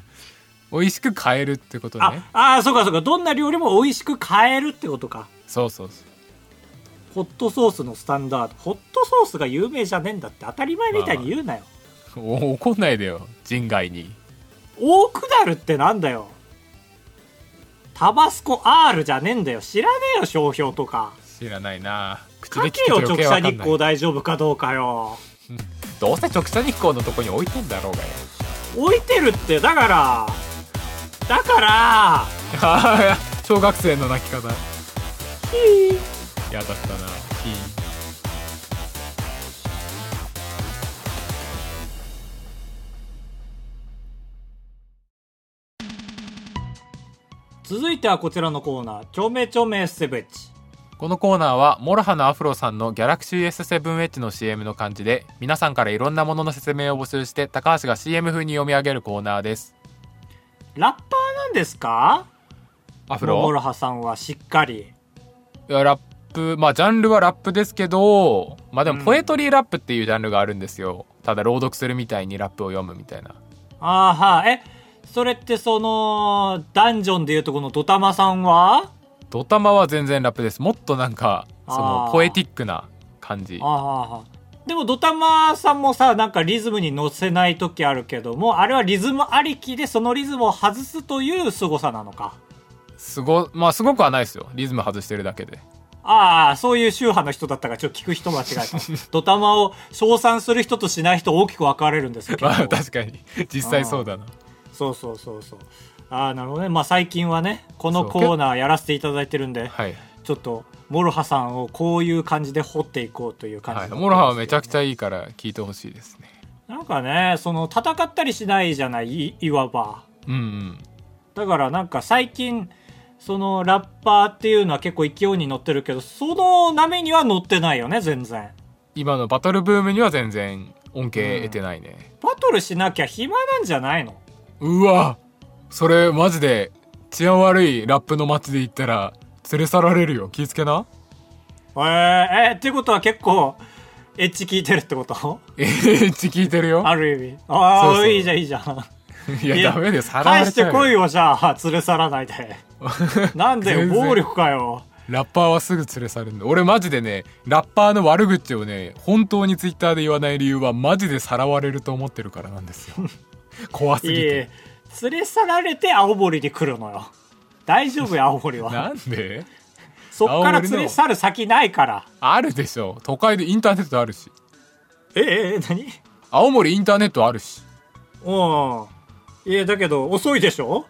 A: 美味しく変えるってことね
B: ああーそうかそうかどんな料理も美味しく変えるってことか
A: そうそうそう
B: ホットソースのスタンダードホットソースが有名じゃねえんだって当たり前みたいに言うなよ、
A: お怒んないでよ人外に
B: 大下るってなんだよタバスコ R じゃねえんだよ知らねえよ商標とか
A: 知らないな口
B: 書
A: で聞
B: け
A: く
B: よ
A: と
B: 直
A: 余計
B: 射
A: わか
B: 日
A: んない
B: 光大丈夫かどうかよ
A: どうせ直射日光のとこに置いてんだろうがよ
B: 置いてるってだからだから
A: あ ーいや小学生の泣き方嫌だったなヒー
B: 続いてはこちらのコーナーちょめちょめセブッチ
A: このコーナーはモロハのアフロさんのギャラクシー S7H の CM の感じで皆さんからいろんなものの説明を募集して高橋が CM 風に読み上げるコーナーです
B: ラッパーなんですか
A: アフ
B: モ
A: ロ
B: ロハさんはしっかり
A: いやラップまあジャンルはラップですけどまあで
B: うん
A: もポエトリーラップっていうジャンルがあるんですよただ朗読するみたいにラップを読むみたいな
B: ああはあえそれってそのダンジョンでいうとこのドタマさんは
A: ドタマは全然ラップですもっとなんかそ
B: あ
A: の
B: ー
A: ポエティックな感じ
B: ああはあはあでもドタマさんもさなんかリズムに乗せない時あるけどもあれはリズムありきでそのリズムを外すという凄さなのか
A: すごまあすごくはないですよリズム外してるだけで
B: ああ、そういう宗派の人だったから、ちょっと聞く人間違えた。 ドタマを称賛する人としない人大きく分かれるんですよ。
A: まあ
B: 結構
A: 確かに実際そうだな
B: そうそうそうそう。ああ、なるほどね。まあ最近はね、この
A: そう
B: コーナーやらせていただいてるんで、
A: はい
B: ちょっと、モロハさんをこういう感じで掘っていこうという感じ
A: は
B: に
A: い、
B: なってますよ、
A: モロハはめちゃくちゃいいから聞いてほしいですね
B: なんかね、その、戦ったりしないじゃない、いいわば。
A: うんうん
B: だからなんか最近、そのラッパーっていうのは結構勢いに乗ってるけど、その波には乗ってないよね、全然。
A: 今のバトルブームには全然恩恵得てないね、
B: バトルしなきゃ暇なんじゃないの
A: うわそれマジで治安悪いラップの街で行ったら連れ去られるよ気ぃつけな
B: えー、えー、ってことは結構、エッチ聞いてるってこと
A: ええっち聞いてるよ
B: ある意味。ああ、
A: そうそう
B: いいじゃん、いいじゃん。
A: いや
B: いや
A: ダメだよさらわ
B: 返
A: れ
B: し
A: ち
B: て
A: ゃう
B: こいよ、じゃあ、連れ去らな いで。なんでよ、
A: 全然
B: 暴力かよ。
A: ラッパーはすぐ連れ去るんだ俺マジでねラッパーの悪口をね本当にツイッターで言わない理由はマジでさらわれると思ってるからなんです よ怖す
B: い
A: ぎ
B: い
A: て
B: 連れ去られて青森に来るのよ。大丈夫よ、青森
A: な
B: は。
A: んで
B: そっから
A: 青森
B: 連
A: の
B: れ去る先ないから。
A: あるでしょ都会でインターネットあるし
B: え、え、え、何
A: 青森インターネットあるし
B: うん。いや、だけど、遅いでしょ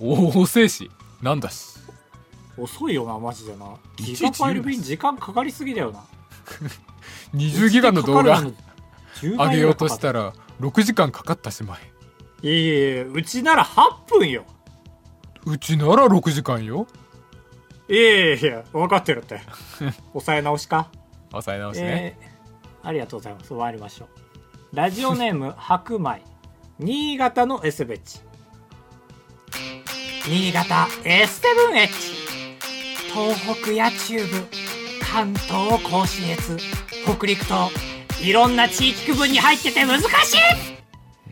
A: おおせえしなんだし
B: 遅いよな、マジでな。ギ
A: いちいち
B: ガ
A: 言うな
B: ファイル便時間かかりすぎだよな。
A: 20ギガの動
B: か
A: 画
B: かるの10倍ぐら
A: 上
B: い
A: げようと
B: かか
A: し
B: った
A: たら6時間かかったしまい
B: いえいえ、うちなら8分よ。
A: うちなら6時間よ
B: いやいやいや、分かってるって。 抑え直しか。
A: 抑え直しね、
B: えーありがとうございます。参りましょう。ラジオネーム、白米。新潟のエスベチ。新潟 S7H。東北や中部、関東甲信越、北陸と、いろんな地域区分に入ってて難しい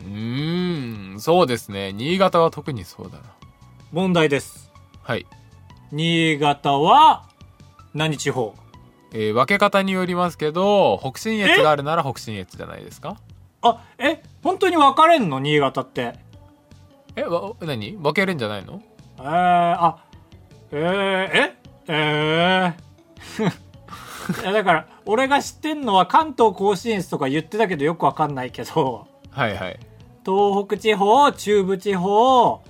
B: う
A: ーんそうですね新潟は特にそうだな
B: 問題です
A: はい、
B: 新潟は何地方
A: えー分け方によりますけど北信越があるなら北信越じゃないですか
B: あえ本当に分かれんの新潟って
A: えわ何分けるんじゃないの
B: えー、あえー、ええー いやだから俺が知ってんのは関東甲信越とか言ってたけどよく分かんないけど
A: はいはい
B: 東北地方中部地方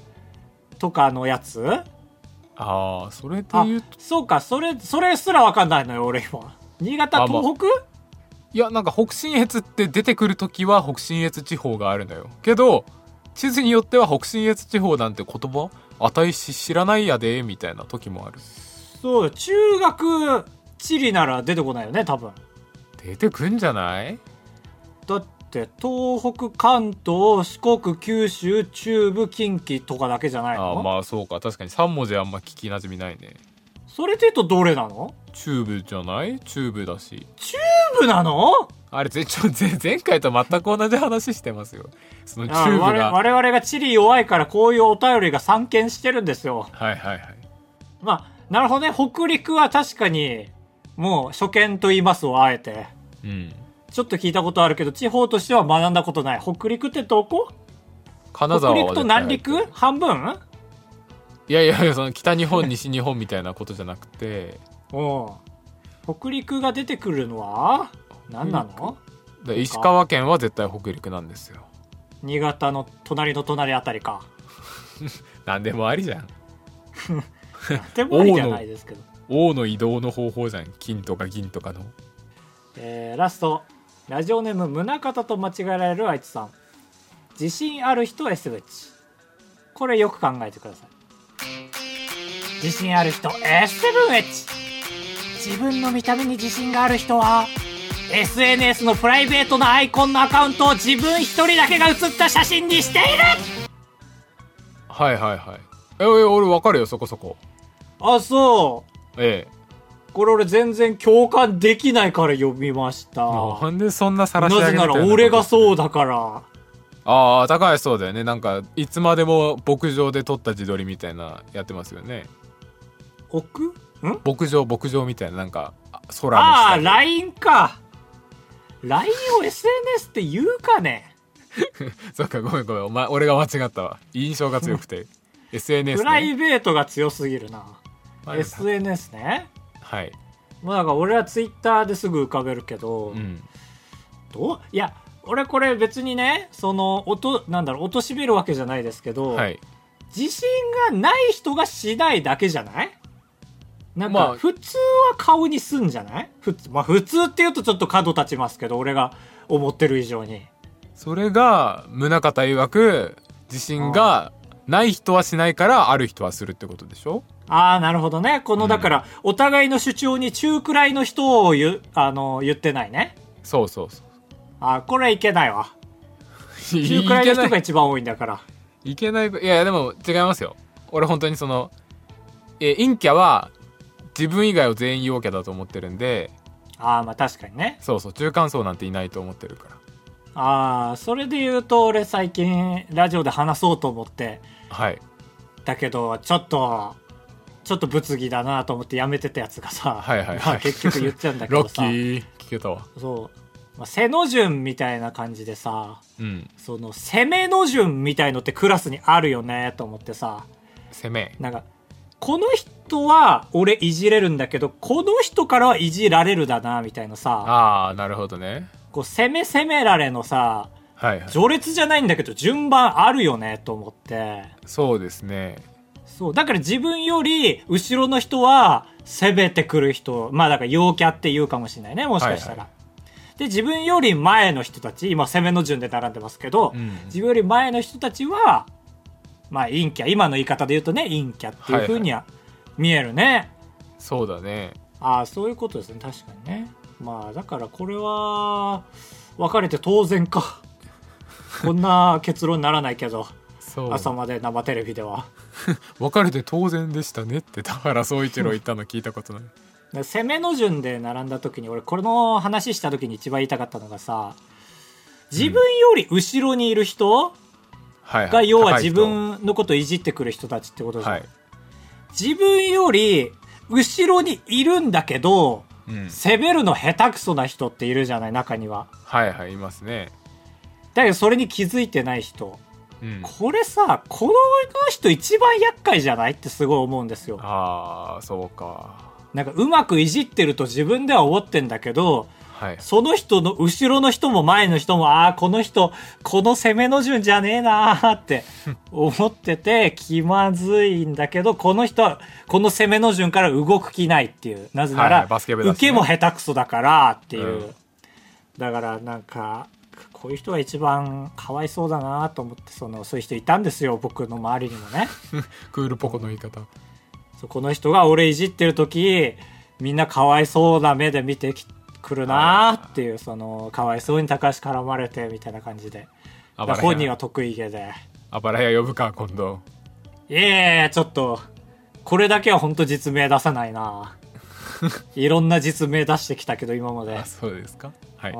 B: とかのやつ
A: ああそれと
B: あ
A: いうと
B: そうかそれそれすら分かんないのよ俺今新潟
A: あまあ
B: 東北、
A: いやなんか北信越って出てくる時は北信越地方があるのよけど地図によっては北信越地方なんて言葉あたいし知らないやでみたいな時もある
B: そうよ中学地理なら出てこないよね多分
A: 出てくんじゃない
B: だって東北関東四国九州中部近畿とかだけじゃない
A: あ
B: の
A: あまあそうか確かに3文字あんま聞きなじみないね
B: それで言うとどれなの
A: チューブじゃないチューブだし
B: 中部なの
A: あれぜちょぜ前回と全く同じ話してますよそのチ
B: あ
A: ューブ
B: 我
A: が
B: 々我々が地理弱いからこういうお便りが散見してるんですよ
A: はいはいはい
B: まあなるほどね北陸は確かにもう初見と言いますをあえて
A: うん
B: ちょっと聞いたことあるけど地方としては学んだことない北陸ってどこ
A: 金沢
B: 北
A: は
B: 陸と南
A: 絶対入
B: 陸
A: ってる
B: 半分
A: いやいやいやその北日本西日本みたいなことじゃなくて
B: うん北陸が出てくるのは何なの
A: で石川県は絶対北陸なんですよ
B: 新潟の隣の隣あたりか。
A: 何でもありじゃん
B: でもありじゃないですけど。
A: 王の移動の方法じゃん金とか銀とかの
B: えーラスト。ラジオネーム、宗方と間違えられるあいつさん。自信ある人 S ブチ。これよく考えてください。自信ある人 S7H。自分の見た目に自信がある人は、SNS のプライベートなアイコンのアカウントを自分一人だけが写った写真にしている
A: はいはいはいええ俺分かるよそこそこ
B: あ、そう。
A: ええ
B: これ俺全然共感できないから読みました。
A: なんでそんなさら
B: な
A: し上げ
B: ぜ
A: みた
B: ないら
A: こと
B: 俺がそうだから。
A: ああ高橋そうだよねなんかいつまでも牧場で撮った自撮りみたいなやってますよね
B: 奥ん
A: 牧場牧場みたいななんかあ空の
B: あ
A: 下
B: あ、
A: で
B: LINE か。LINE を SNS って言うかね。
A: そっかごめんごめんお前俺が間違ったわ印象が強く て SNS
B: プライ
A: ね
B: ベートが強すぎるな。
A: はい
B: SNS ね。
A: はい
B: もうなんか俺は Twitter ですぐ浮かべるけど、
A: うん
B: どういや、俺これ別にね、その、おと、なんだろう、貶めるわけじゃないですけど、
A: はい
B: 自信がない人がしないだけじゃないなん
A: まあ
B: か、普通は顔にすんじゃない普通、まあ普通って言うとちょっと角立ちますけど、俺が思ってる以上に。
A: それが宗方曰く自信がない人はしないからある人はするってことでしょ
B: ああ、なるほどね。この、だから、お互いの主張に中くらいの人を言う、あの、言ってないね。
A: そうそうそ
B: ああ、これはいけないわ。
A: うい
B: 中くらいの人
A: けな
B: が
A: い
B: 一番多いんだから。
A: いけないいやいやでも違いますよ俺本当にそのえ陰キャは自分以外を全員陽キャだと思ってるんで
B: ああ、まあ確かにね。
A: そうそう中間層なんていないと思ってるから
B: ああ、それで言うと、俺最近、ラジオで話そうと思って、
A: はい
B: だけど、ちょっと、ちょっと物議だなと思ってやめてたやつがさ、
A: はいはいはい
B: まあ結局言っちゃうんだけ
A: ロ
B: ど
A: ッキ
B: さ、
A: ー聞けたわ
B: そう、まあ、背の順みたいな感じでさ、
A: うん
B: その攻めの順みたいのってクラスにあるよねと思ってさ、
A: 攻め
B: なんか、この人は俺いじれるんだけど、この人からはいじられるだな、みたいなさ、
A: ああなるほどね
B: こう、攻め攻められのさ、
A: はいはい
B: 序列じゃないんだけど、順番あるよね、と思って。
A: そうですね
B: そう、だから自分より後ろの人は攻めてくる人、まあだから陽キャって言うかもしれないね、もしかしたら。
A: はいは
B: で、自分より前の人たち、今攻めの順で並んでますけど、
A: うん
B: 自分より前の人たちは、まあ陰キャ、今の言い方で言うとね、陰キャっていう風には見えるね。
A: そうだね
B: ああそういうことですね確かにねまあだからこれは別れて当然かこんな結論にならないけど
A: そう
B: 朝まで生テレビでは
A: 別れて当然でしたねって田原総一郎言ったの聞いた ことない
B: で攻めの順で並んだ時に俺この話した時に一番言いたかったのがさ自分より後ろにいる人
A: はい
B: が
A: はい、
B: 要は
A: 高い
B: 自
A: 人
B: 分のことをいじってくる人たちってことじゃん、
A: はい、
B: 自分より後ろにいるんだけど
A: うん、
B: 攻めるの下手くそな人っているじゃない中には
A: はいはいいますね
B: だけどそれに気づいてない人
A: うん
B: これさこの人一番厄介じゃないってすごい思うんですよ
A: ああそうか
B: なんかうまくいじってると自分では思ってんだけど
A: はい
B: その人の後ろの人も前の人も、ああ、この人、この攻めの順じゃねえなーって 思ってて気まずいんだけど、この人はこの攻めの順から動く気ないっていう。なぜなら、
A: はいはいバスケ部だしね
B: 受けも下手くそだからっていう。
A: うん
B: だからなんか、こういう人が一番かわいそうだなと思って、その、そういう人いたんですよ、僕の周りにもね。
A: クールポコの言い方
B: そうこの人が俺いじってる時みんなかわいそうな目で見てきくるなーっていうそのかわいそうに高橋絡まれてみたいな感じで
A: あばら
B: 本人
A: や
B: は得意げで
A: あばらや呼ぶか今度
B: いやいやいやちょっとこれだけは本当実名出さないな いろんな実名出してきたけど今まで
A: あそうですかはい
B: うん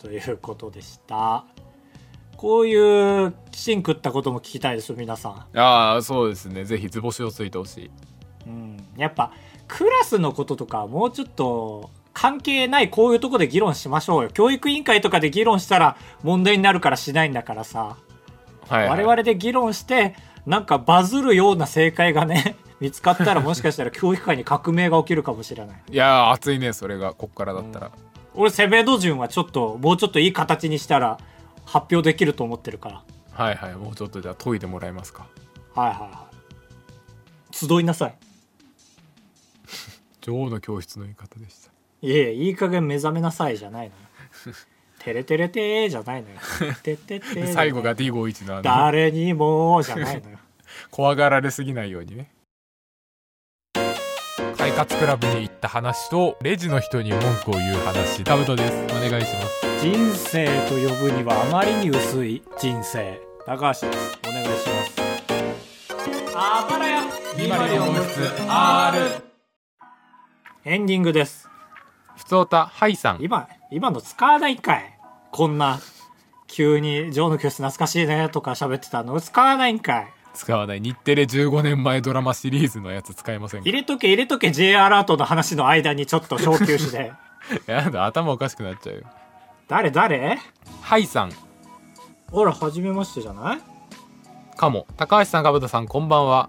B: ということでしたこういう芯食ったことも聞きたいですよ皆さん
A: ああそうですねぜひ図星をついてほしい
B: うん、やっぱクラスのこととかもうちょっと関係ないこういうとこで議論しましょうよ教育委員会とかで議論したら問題になるからしないんだからさ、
A: はい、はい、
B: 我々で議論してなんかバズるような正解がね 見つかったらもしかしたら教育界に革命が起きるかもしれない
A: いやー熱いねそれがこっからだったら、
B: 俺セベド順はちょっともうちょっといい形にしたら発表できると思ってるから
A: はいはいもうちょっとじゃあ研いでもらえますか
B: はいはいはい集いなさい
A: 女王の教室の言い方でした
B: いえいえいい加減目覚めなさいじゃないのよ テレテレテーじゃないのよてってってじゃない
A: 最後が D51 のあの
B: 誰にもじゃないのよ
A: 怖がられすぎないようにね快活クラブに行った話とレジの人に文句を言う話タブトですお願いします
B: 人生と呼ぶにはあまりに薄い人生高橋ですお願いしますあばらやエンディングです
A: ふつおたはいさん
B: 今今の使わないんかいこんな急に「ジョーの教室懐かしいね」とか喋ってたの使わないんかい
A: 使わない日テレ15年前ドラマシリーズのやつ使えませんか
B: 入れとけ入れとけ J アラートの話の間にちょっと小休止 で
A: やだ頭おかしくなっちゃうよ
B: 誰誰
A: はいさん
B: ほら初めましてじゃない
A: かも高橋さんかぶたさんこんばんは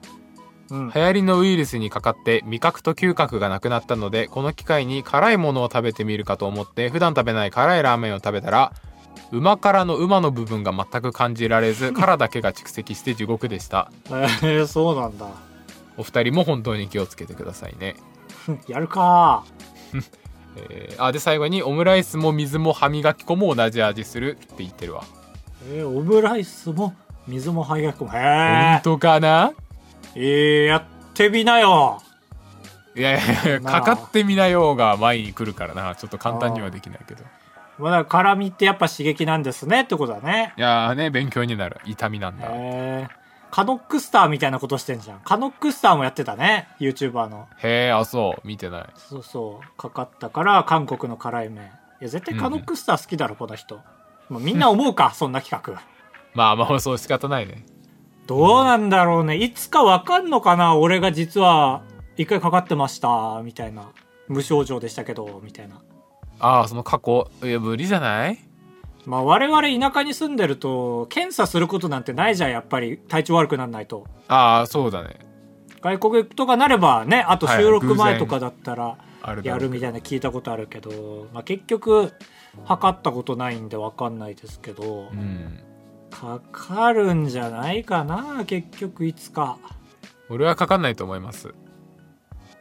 B: うん
A: 流行りのウイルスにかかって味覚と嗅覚がなくなったのでこの機会に辛いものを食べてみるかと思って普段食べない辛いラーメンを食べたら馬からの馬の部分が全く感じられず殻だけが蓄積して地獄でした
B: えー、そうなんだ
A: お二人も本当に気をつけてくださいね、
B: やるか
A: えーあで最後にオムライスも水も歯磨き粉も同じ味するって言ってるわ
B: えー、オムライスも水も配役もへ
A: 本当かな
B: えー、やってみなよ
A: いやいやいや
B: まあ
A: かかってみなようが前に来るからなちょっと簡単にはできないけど
B: まだ辛みってやっぱ刺激なんですねってことだね
A: いやーね勉強になる痛みなんだ
B: へえカノックスターみたいなことしてんじゃんカノックスターもやってたね YouTuber の
A: へえあそう見てない
B: そうそうかかったから韓国の辛い麺いや絶対カノックスター好きだろ、この人もうみんな思うかそんな企画
A: まあまあそう仕方ないね
B: どうなんだろうねいつかわかんのかな俺が実は一回かかってましたみたいな無症状でしたけどみたいな
A: ああその過去いや無理じゃない
B: まあ我々田舎に住んでると検査することなんてないじゃんやっぱり体調悪くならないと
A: ああそうだね
B: 外国行くとかなればねあと収録
A: はい
B: 前
A: 偶然
B: とかだったら
A: あるだ
B: や
A: ろうけ
B: る
A: ど
B: みたいな聞いたことあるけど、まあ、結局測ったことないんでわかんないですけど
A: うん
B: かかるんじゃないかな結局いつか
A: 俺はかかんないと思います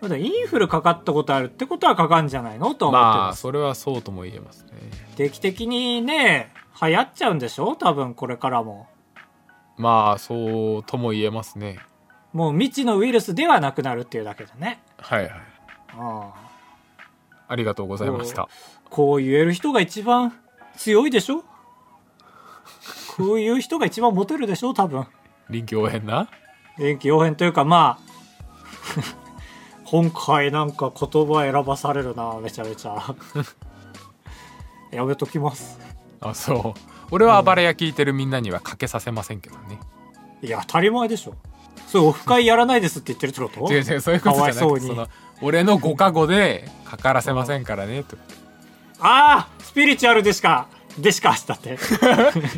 B: まだインフルかかったことあるってことはかかんじゃないのとは思って
A: ま
B: ま
A: あ
B: す、
A: それはそうとも言えますね
B: 定期的にね流行っちゃうんでしょ多分これからも
A: まあそうとも言えますね
B: もう未知のウイルスではなくなるっていうだけでね
A: はいはい
B: ああ
A: ありがとうございました
B: こう言える人が一番強いでしょこういう人が一番モテるでしょ多分
A: 臨機応変な
B: 臨機応変というかまあ 今回なんか言葉選ばされるなめちゃめちゃやめときます
A: あそう俺は暴れ屋聞いてるみんなにはかけさせませんけどね、
B: いや当たり前でしょそれオフ会やらないですって言ってるってこと
A: 違う違うそういうことじゃなくて
B: かわいそうに
A: その俺のご加護でかからせませんから ねと
B: ああスピリチュアルでしかでしか だってス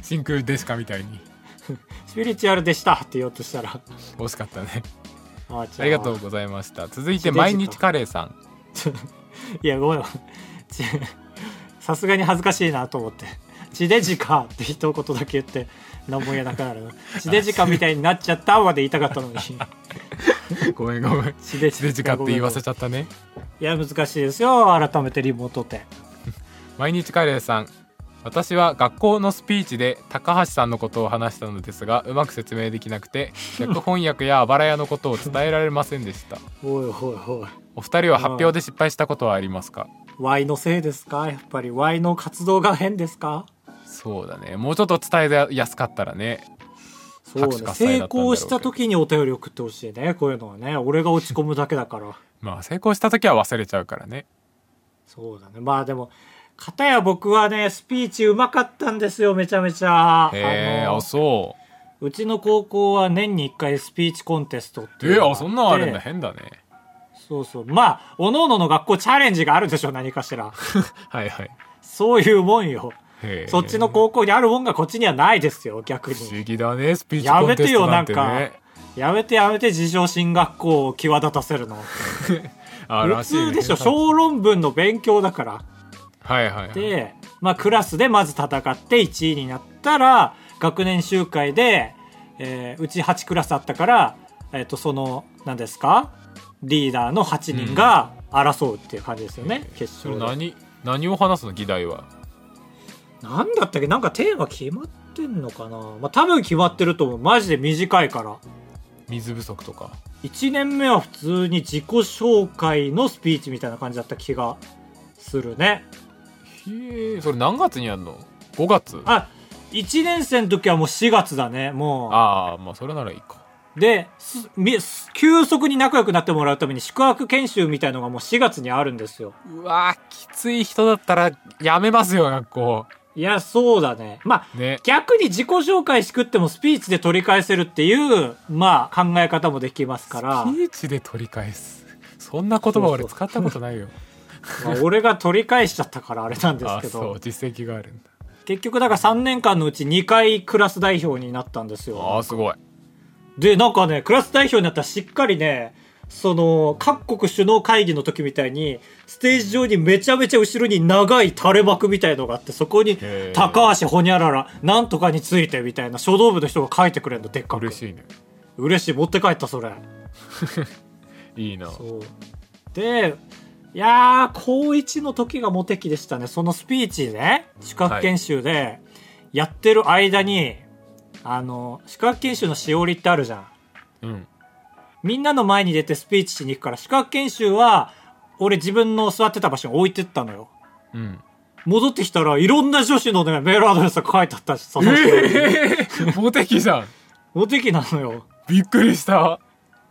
A: 真空デシカみたいに
B: ピリチュアルでしたって言おうとしたら
A: 惜しかったね
B: あ
A: ありがとうございました続いて毎日カレーさん
B: いやごめんちさすがに恥ずかしいなと思って「地デジか」って一言だけ言って何も言えなくなる「地デジか」みたいになっちゃったまで言いたかっ たのに「
A: ごめんごめん
B: 地デ
A: 地デジカって言わせちゃったね
B: いや難しいですよ改めてリモートって
A: 毎日カレーさん私は学校のスピーチで高橋さんのことを話したのですがうまく説明できなくて逆翻訳やあばら屋のことを伝えられませんでした
B: おいおいおい
A: お二人は発表で失敗したことはありますか
B: Y のせいですかやっぱり Y の活動が変ですか
A: そうだねもうちょっと伝えやすかったらね
B: そう
A: 拍手
B: ね
A: 喝采だったんだ
B: 成
A: ろうけど
B: 功した時にお便り送ってほしいねこういうのはね俺が落ち込むだけだから
A: まあ成功した時は忘れちゃうからね
B: そうだねまあでも片や僕はねスピーチうまかったんですよめちゃめちゃ
A: へえ
B: あの
A: あそう
B: うちの高校は年に1回スピーチコンテストって
A: え
B: いうのが
A: ー、あそんなのあるんだ
B: って
A: 変だね
B: そうそうまあおのおのの学校チャレンジがあるでしょ何かしら
A: はいはい
B: そういうもんよ
A: へー
B: そっちの高校にあるもんがこっちにはないですよ逆
A: 不
B: に
A: 思議だねスピーチ
B: や
A: コン
B: め
A: テ
B: て
A: スト
B: よ
A: な
B: なんん
A: て
B: か
A: ね
B: やめてやめて自称進学校を際立たせるの
A: あら
B: 普
A: しいね
B: 通でしょ小論文の勉強だから
A: はいはいはい
B: で、まあ、クラスでまず戦って1位になったら学年集会で、えーうち8クラスあったから、えっとその何ですかリーダーの8人が争うっていう感じですよね、決
A: それ
B: 勝で
A: 何何を話すの議題は
B: 何だったっけなんかテーマ決まってんのかな、まあ、多分決まってると思うマジで短いから
A: 水不足とか
B: 1年目は普通に自己紹介のスピーチみたいな感じだった気がするね
A: へえそれ何月にやるの5月あ
B: あ1年生の時はもう4月だねもう
A: あーまあそれならいいか
B: で、すみす急速に仲良くなってもらうために宿泊研修みたいのがもう4月にあるんですよ。
A: うわーきつい人だったらやめますよ学校
B: いや、そうだね。まあ、
A: ね
B: 逆に自己紹介しくってもスピーチで取り返せるっていう、まあ、考え方もできますから、
A: ピーチで取り返すそんな言葉俺
B: そうそう
A: 使ったことないよ
B: まあ俺が取り返しちゃったからあれなんです
A: あ
B: け
A: そう
B: ど、
A: 実績があるんだ
B: 結局だから3年間のうち2回クラス代表になったんです
A: あ
B: よ
A: あ。すごい
B: で、なんかね、クラス代表になったらしっかりね、その、各国首脳会議の時みたいに、ステージ上にめちゃめちゃ後ろに長い垂れ幕みたいのがあって、そこに
A: へー、
B: 高橋ほにゃらら、なんとかについてみたいな書道部の人が書いてくれるの、でっかく。
A: 嬉しいね
B: 嬉しい。持って帰った、それ。
A: いいな
B: そう。で、いやー、高1の時がモテ期でしたね。そのスピーチね、宿泊研修で、やってる間に、あの、宿泊研修のしおりってあるじゃん。
A: うん
B: みんなの前に出てスピーチしに行くから、資格研修は、俺自分の座ってた場所に置いてったのよ。
A: うん
B: 戻ってきたらいろんな女子のね、メールアドレスが書いてあったし、その人
A: ええー、モテ期じゃん
B: モテ期なのよ。
A: びっくりした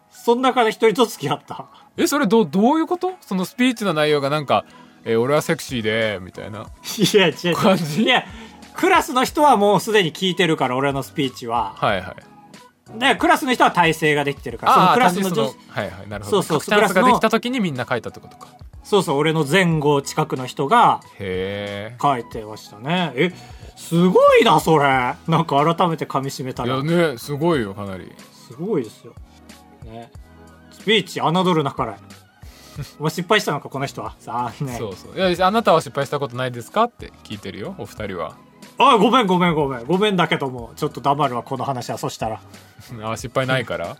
B: その中で一人と付き合った。
A: えそれどうどういうことそのスピーチの内容がなんか「えー俺はセクシーで」みたいない
B: や、違う違う。
A: 感じ
B: いや、クラスの人はもうすでに聞いてるから、俺のスピーチは。
A: はいはい
B: で、クラスの人は体制ができてるから、そのクラスの女
A: 単純
B: 子
A: に、そのはいはいなるほど
B: そうそう
A: チャンス
B: クラ
A: が
B: スの
A: できた時にみんな書いたってことか
B: そうそう、俺の前後近くの人が
A: へ
B: 書いてましたね。え、すごいな、それ。なんか改めて噛み締めた
A: えい
B: ら。
A: やねすごいよかなり
B: すごいですよ。ね。スピーチ、侮るなから。 もう失敗したのか、この人は。残念。
A: そうそういやあなたは失敗したことないですかって聞いてるよお二人は
B: あ、ごめん、ごめん、ごめん。ごめんだけども、ちょっと黙るわ、この話は。そしたら。
A: あ失敗ないから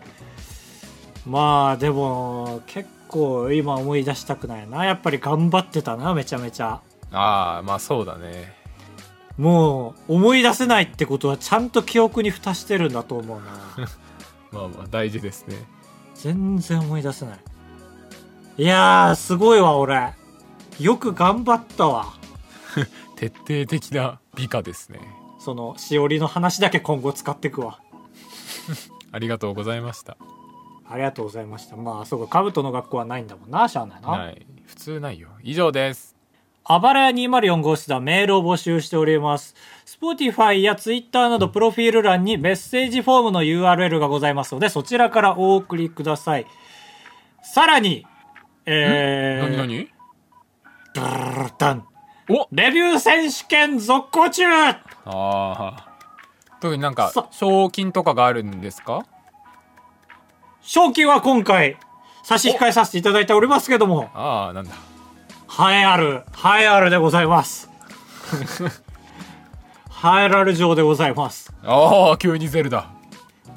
B: まあ、でも、結構、今思い出したくないな。やっぱり頑張ってたな、めちゃめちゃ。
A: ああまあそうだね
B: もう、思い出せないってことは、ちゃんと記憶に蓋してるんだと思う な。
A: まあまあ大事ですね
B: 全然思い出せない。いやー、すごいわ、俺。よく頑張ったわ。
A: 徹底的な美化ですね
B: その、しおりの話だけ今後使っていくわ。
A: ありがとうございました
B: ありがとうございました。まあ、そうか、カブトの学校はないんだもんな、しゃあないな。
A: ない普通ないよ以上です
B: あばらや204号室ではメールを募集しております。Spotify や Twitter などプロフィール欄にメッセージフォームの URL がございますので、そちらからお送りください。さらに、えー、
A: 何何
B: ダン
A: お
B: レビュー選手権続行中
A: ああ特になんか
B: そう
A: 賞金とかがあるんですか
B: 賞金は今回、差し控えさせていただいておりますけども、
A: ああなんだ
B: 栄えある、栄えあるでござい ます。栄えられ城でございます。
A: ああ急にゼルダ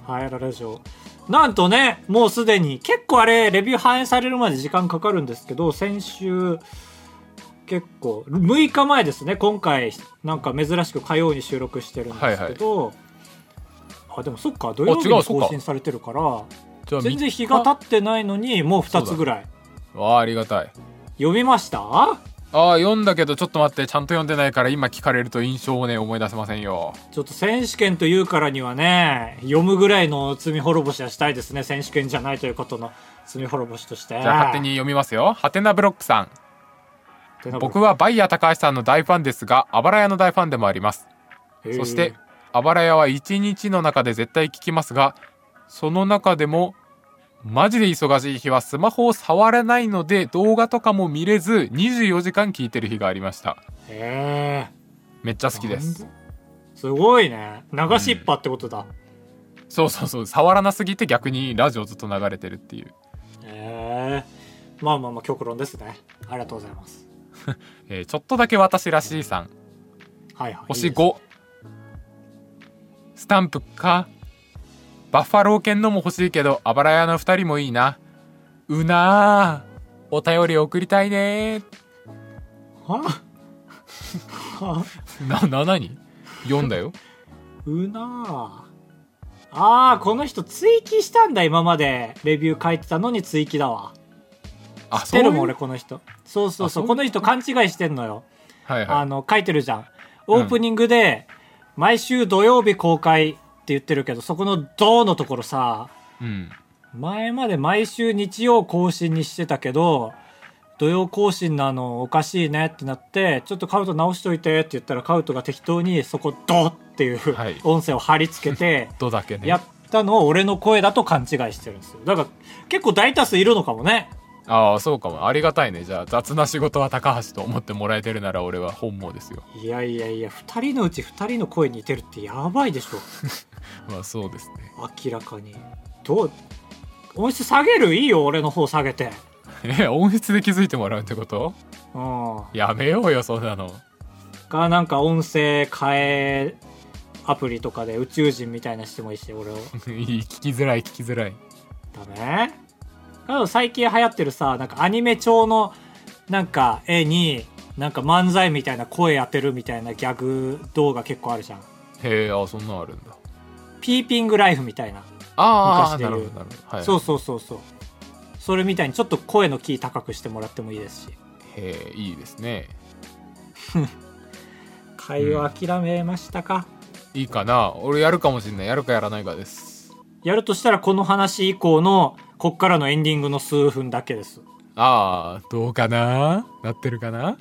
B: 栄えられ城。なんとね、もうすでに、結構あれ、レビュー反映されるまで時間かかるんですけど、先週、結構、6日前ですね、今回、なんか珍しく火曜に収録してるんですけど、あ、でもそっか、土曜日
A: あ違
B: に
A: うそっか
B: 更新されてるから、
A: じゃあ
B: 全然日が経ってないのにもう2つぐらい
A: ああありがたい
B: 読みました
A: ああ読んだけどちょっと待ってちゃんと読んでないから今聞かれると印象をね思い出せませんよ
B: ちょっと選手権というからにはね読むぐらいの罪滅ぼしはしたいですね選手権じゃないということの罪滅ぼしとして
A: じゃあ勝手に読みますよハテナブロックさん
B: 手の
A: 僕はバイヤー高橋さんの大ファンですがあばら屋の大ファンでもあります
B: へー
A: そしてあばら屋は一日の中で絶対聞きますがその中でもマジで忙しい日はスマホを触れないので動画とかも見れず24時間聞いてる日がありました
B: へー
A: めっちゃ好きです
B: すごいね流しっぱってことだ、
A: そうそうそう触らなすぎて逆にラジオずっと流れてるっていう
B: へえまあまあまあ極論ですねありがとうございます
A: えーちょっとだけ私らしいさん
B: はいはい
A: 星
B: いいです
A: 5スタンプかバッファロー犬のも欲しいけどあばら屋の2人もいいなうなーお便り送りたいね
B: はは
A: ーなな何読んだ よ
B: うなぁ。ああ、この人追記したんだ、今まで。レビュー書いてたのに追記だわ。
A: あ
B: 知ってるも
A: そ
B: ん、
A: うい
B: 俺、
A: う
B: この人。そうそうそう。
A: あそう
B: この人勘違いしてんのよ。
A: はい
B: あ
A: は
B: の、書いてるじゃん。オープニングで、毎週土曜日公開って言ってるけど、そこのドーのところさ、
A: いうん
B: 前まで毎週日曜更新にしてたけど、土曜更新なのおかしいねってなって、ちょっとカウト直しといてって言ったらカウトが適当にそこドーっていう
A: はい
B: 音声を貼り付け て、
A: どだけね
B: やったのを俺の声だと勘違いしてるんですよだから結構大多数いるのかもね
A: ああそうかもありがたいねじゃあ雑な仕事は高橋と思ってもらえてるなら俺は本望ですよ
B: いやいやいや2人のうち2人の声似てるってやばいでしょ
A: まあそうですね
B: 明らかにどう音質下げるいいよ俺の方下げて
A: え 音質で気づいてもらうってこと
B: うん
A: やめようよそんなの
B: かなんか音声変えアプリとかで宇宙人みたいなしてもいいし俺を
A: いい聞きづらい聞きづらい
B: ダメあと最近流行ってるさなんかアニメ調のなんか絵になんか漫才みたいな声当てるみたいなギャグ動画結構あるじゃん
A: へえあそんなんあるんだ
B: ピーピングライフみたいな、
A: あーあー
B: 昔で
A: な
B: 言う
A: るほどなるほど、はい、
B: そうそうそうそうそれみたいにちょっと声のキー高くしてもらってもいいですし
A: へえいいですね
B: 会話諦めましたか、
A: いいかな俺やるかもしんないやるかやらないかです
B: やるとしたらこの話以降のこっからのエンディングの数分だけです
A: ああどうかななってるかな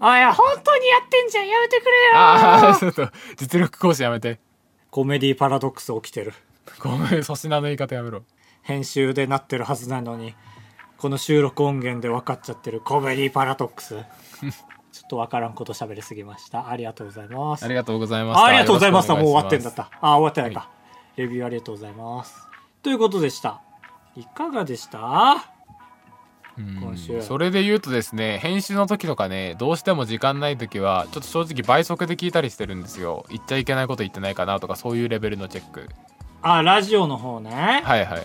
B: あいや本当にやってんじゃんやめてくれ
A: あ
B: よ
A: あちょっと実力講師やめて
B: コメディパラドックス起きてる
A: ごめん粗品の言い方やめろ
B: 編集でなってるはずなのにこの収録音源で分かっちゃってるコメディパラドックス ちょっと分からんこと喋りすぎましたありがとうございます
A: ありがとうございました
B: あありがとうございます。もう終わってんだ
A: よろしくお願い
B: っ
A: しま
B: た。あ、終わってないか、レビューありがとうございます。ということでした。いかがでした
A: すうん
B: 今週
A: それで言うとですね編集の時とかねどうしても時間ない時はちょっと正直倍速で聞いたりしてるんですよ言っちゃいけないこと言ってないかなとかそういうレベルのチェック
B: あ、ラジオの方ね。
A: はいはい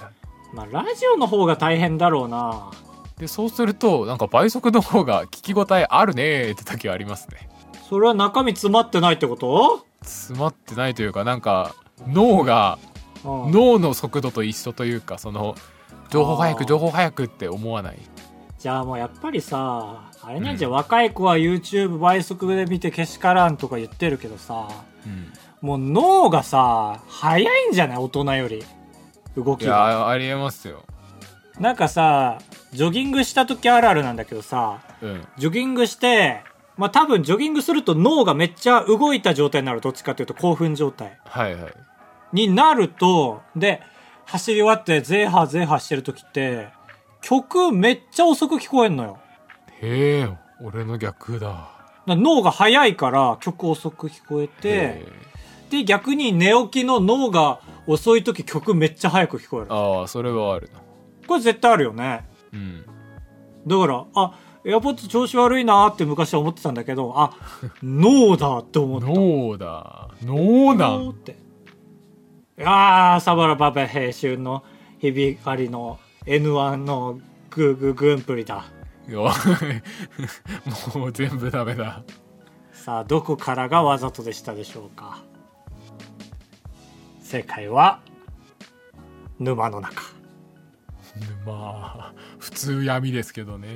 B: まあ、ラジオの方が大変だろうな。
A: でそうするとなんか倍速の方が聞き応えあるねーって時はありますね
B: それは中身詰まってないってこと
A: 詰まってないというかなんか脳が
B: うん。
A: 脳の速度と一緒というかその情報早
B: あ
A: く
B: ー
A: 情報早くって思わない
B: じゃあもうやっぱりさ、あれなんじゃ、若い子は YouTube 倍速で見てけしからんとか言ってるけどさ、
A: うん
B: もう脳がさ、早いんじゃない大人より。動
A: い
B: きが。
A: やありえますよ
B: なんかさジョギングした時あるあるなんだけどさ
A: うん
B: ジョギングしてまあ多分ジョギングすると脳がめっちゃ動いた状態になるどっちかというと興奮状態
A: はいはい
B: になるとで走り終わってゼーハーゼーハーしてる時って曲めっちゃ遅く聞こえんのよ
A: へえ俺の逆だ
B: だから脳が早いから曲遅く聞こえ
A: へ
B: て
A: え
B: で逆に寝起きの脳が遅い時曲めっちゃ早く聞こえる
A: ああそれはあるな
B: これ絶対あるよね
A: うん
B: だからあエアポッツ調子悪いなーって昔は思ってたんだけどあ脳だって思った
A: 脳だ脳な
B: お
A: ん
B: ーっていやーサバラバベ編集のひび割りの N1 のグーグーグンプリだ
A: よ もう全部ダメだ
B: さあどこからがわざとでしたでしょうか正解は沼の中
A: まあ普通闇ですけどね